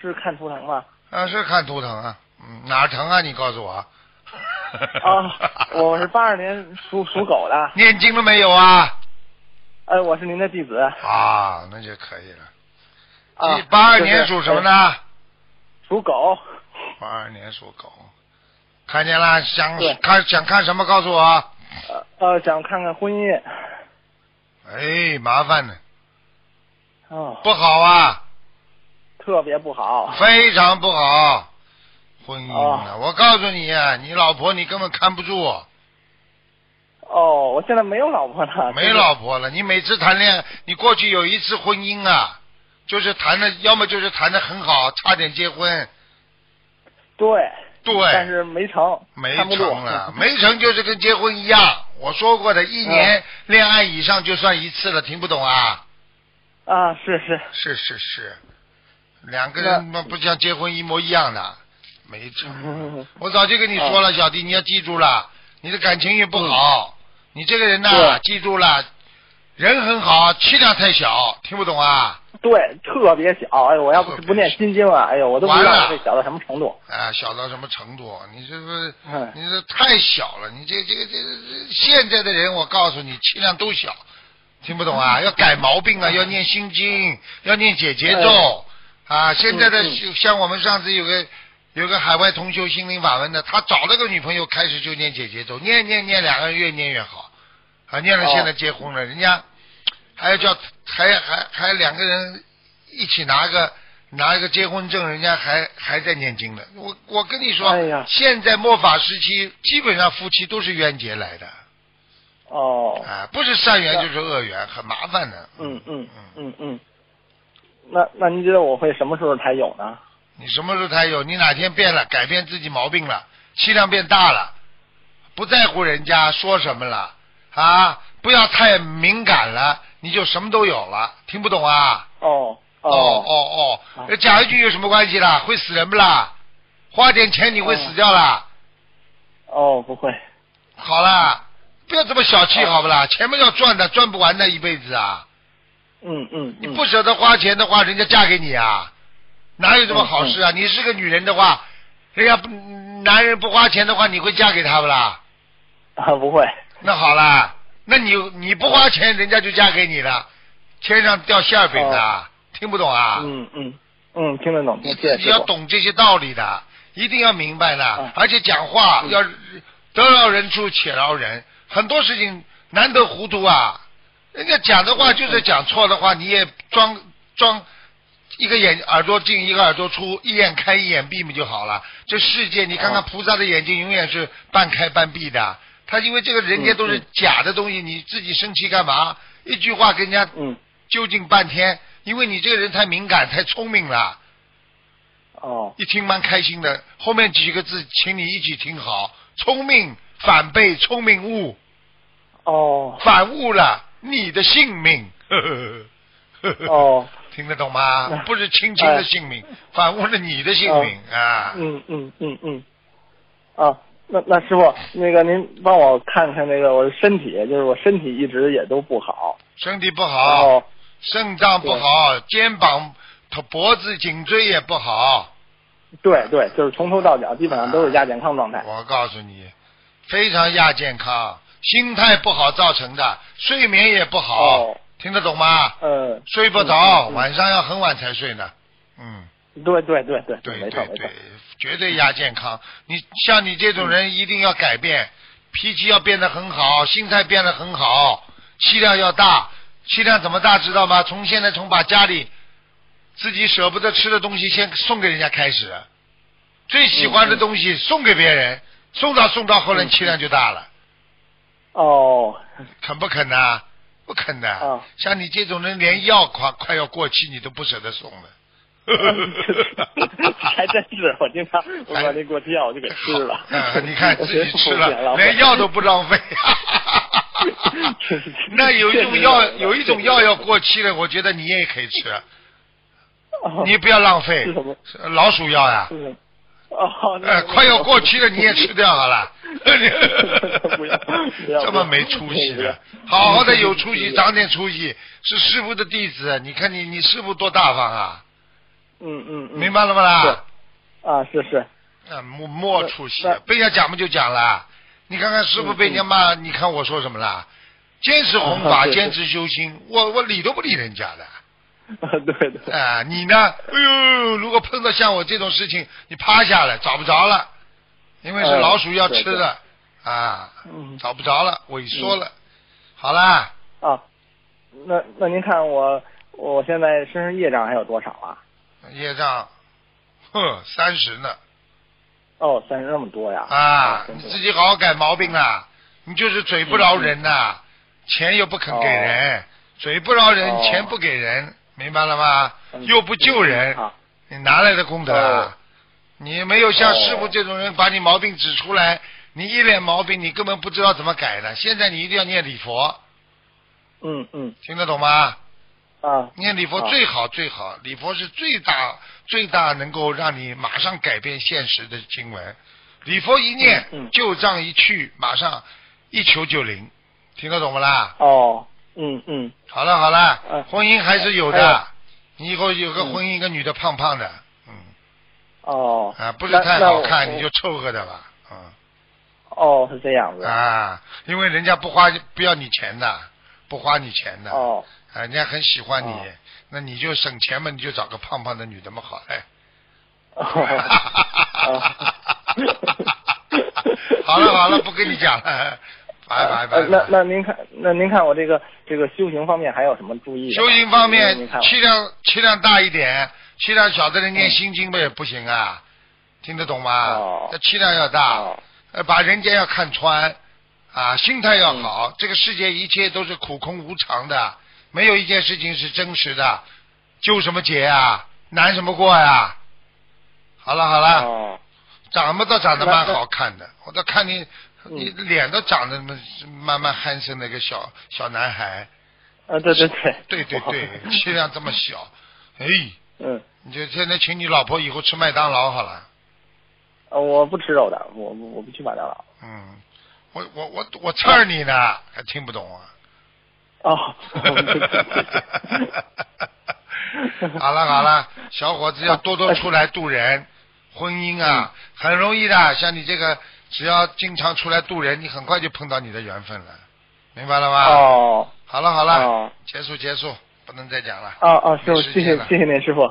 是看图腾吗？ 啊，是看图腾啊，嗯，哪儿疼啊？你告 诉我。啊，我是八二年属属狗的，念经了没有啊？呃，我是您的弟子。啊，那就可以了。啊你，八二就是年属什么呢？呃属狗。八二年属狗，看见了，想对看想看什么告诉我啊。呃呃，想看看婚姻。哎，麻烦了，哦，不好啊，特别不好。非常不好。婚姻啊，哦我告诉你啊，你老婆你根本看不住，哦，我现在没有老婆呢。没老婆了。你每次谈恋爱，你过去有一次婚姻啊，就是谈的，要么就是谈的很好，差点结婚，对。对，嗯但是没成。没看不住 成了，没成就是跟结婚一样。我说过的，嗯一年恋爱以上就算一次了，听不懂啊？啊，是是。是是是，两个人那不像结婚一模一样的，没成。嗯我早就跟你哦说了，小弟，你要记住了，你的感情运不好，你这个人呐，嗯对记住了，人很好，气量太小，听不懂啊？对，特别小。哎呦，我要不特是别不念心经啊，哎呦，我都不知完道了我这小到什么程度。啊，小到什么程度？你这不是嗯，你这太小了，你这这个这个这现在的人，我告诉你，气量都小，听不懂 啊？要改毛病啊，要念心经，要念解节咒、啊。现在的嗯就像我们上次有个有个海外同修心灵法门的，他找了个女朋友，开始就念解节咒，念念念，两个人越念越好啊，念了哦现在结婚了，人家还要叫还还还两个人一起拿个。拿一个结婚证，人家还还在念经呢。我我跟你说，哎呀现在末法时期，基本上夫妻都是冤结来的，哦，啊，不是善缘那就是恶缘，很麻烦的。嗯嗯嗯，嗯嗯。那那您觉得我会什么时候才有呢？你什么时候才有？你哪天变了，改变自己毛病了，气量变大了，不在乎人家说什么了啊，不要太敏感了，你就什么都有了。听不懂啊？哦哦哦哦哦，哦讲一句有什么关系啦？会死人不啦？花点钱你会哦死掉啦？哦，不会。好啦，不要这么小啊气，好不啦？钱嘛要赚的，赚不完的一辈子啊！嗯嗯。你嗯不舍得花钱的话，人家嫁给你啊，哪有这么好嗯事啊？你是个女人的话，人家不男人不花钱的话，你会嫁给他不啦？啊，不会。那好啦，那你你不花钱，人家就嫁给你了，天上掉馅儿饼的，听不懂啊？哦嗯嗯嗯，听得懂，你谢自谢己师要傅。懂这些道理的，一定要明白的，嗯而且讲话嗯要得饶人处且饶人，很多事情难得糊涂啊。人家讲的嗯话就是讲错的话，你也装装一个眼耳朵进一个耳朵出，一眼开一眼闭不就好了？这世界你看看哦菩萨的眼睛永远是半开半闭的，他因为这个人间嗯都是嗯假的东西，你自己生气干嘛？一句话跟人家嗯。纠竟半天，因为你这个人太敏感太聪明了。哦一听蛮开心的。后面几个字，请你一起听好：聪明反被聪明误，哦反误了你的性命。呵呵呵呵，哦， 听得懂吗那？不是亲亲的性 命，反误了你的性命啊！嗯嗯嗯嗯。啊，那那师傅，那个您帮我看看那个我的身体，就是我身体一直也都不好，身体不然好，后肾脏不好，肩膀、头脖子、颈椎也不好。对对，就是从头到脚基本上都是亚健康状态。啊我告诉你，非常亚健康，心态不好造成的，睡眠也不好，哦，听得懂吗？呃，睡不着，嗯嗯嗯晚上要很晚才睡呢。嗯，对对对对对嗯没错嗯没对错对。，绝对亚健康。你像你这种嗯人，一定要改变，脾气要变得很好，心态变得很好，气量要大。气量怎么大知道吗？从现在从把家里自己舍不得吃的东西先送给人家开始，最喜欢的嗯嗯东西送给别人，送到送到后来嗯嗯气量就大了。哦肯不肯呐、不肯的、啊像你这种人，连药快快要过期，你都不舍得送了。还真是，我经常我把那过期药我就给吃 了好。嗯你看自己吃了， 我觉得不连药都不浪 费。那有一种药，有一种药要过期了，我觉得你也可以吃，你不要浪费是哦什么。是老鼠药呀、嗯，哦，那呃，快要过期了，你也吃掉 好了。不要不要这么没出息的，好好的有出息，长点出息。是师傅的弟子，你看你你师傅多大方啊！嗯嗯嗯，明白了吗啦？啊，是是，那莫莫出息那那，被人家讲嘛就讲了。你看看师傅嗯被人家骂，你看我说什么啦？坚持弘法，啊 对对坚持修心，我我理都不理人家的。啊对对，啊、你呢？哎呦，如果碰到像我这种事情，你趴下了，找不着了，因为是哎老鼠要对吃的、啊，嗯找不着了，萎缩了。好啦，啊，那那您看我我现在身上业障还有多少啊？业障，哼，三十呢哦，三十那么多呀！啊，真你是自己好好改毛病啦。你就是嘴不饶人呐、钱又不肯给人，嘴不饶人，哦钱不给人，明白了吗？嗯又不救人，啊，你哪来的功德哦啊？你没有像哦师傅这种人把你毛病指出来，你一脸毛病，你根本不知道怎么改的。现在你一定要念礼佛，嗯嗯听得懂吗？啊，念礼佛哦最好最好，礼佛是最大最大能够让你马上改变现实的经文。礼佛一念嗯嗯，旧账一去，马上一求就灵，听得懂不啦？哦，嗯嗯，好了好嗯了，婚姻还是有哎的，你以后有个嗯婚姻，一个女的胖胖的，嗯。哦啊，不是那太那好我看，我你就凑合着吧，嗯哦，是这样子。啊，因为人家不花不要你钱的，不花你钱的，哦啊，人家很喜欢你，哦那你就省钱嘛，你就找个胖胖的女的嘛，好哎嘞。 哦好了好了，不跟你讲了，拜拜 拜呃那拜。那您看，那您看我这个这个修行方面还有什么注意的？嗯修行方面您看，我气量气量大一点，气量小的人念嗯心经呗也不行啊，听得懂吗哦？这气量要大。哦呃，把人家要看穿，啊，心态要嗯好。这个世界一切都是苦空无常的，没有一件事情是真实的。纠什么结啊？难什么过呀、好了好了，哦长嘛倒长得蛮那那好看的，我倒看你，你脸都长得慢慢憨生的一个小小男孩。啊，对对对， 对对对，我气量这么小，哎，嗯，你就现在请你老婆以后吃麦当劳好了。呃我不吃肉的，我我我不去麦当劳。嗯，我我我我刺儿你呢，还听不懂啊？哦， 好了好了，小伙子要多多出来度人，婚姻啊很容易的，像你这个只要经常出来度人，你很快就碰到你的缘分了，明白了吗？ 哦好了好了，哦结束结束，不能再讲了。哦哦，师傅，没时谢间谢了谢谢您，师傅。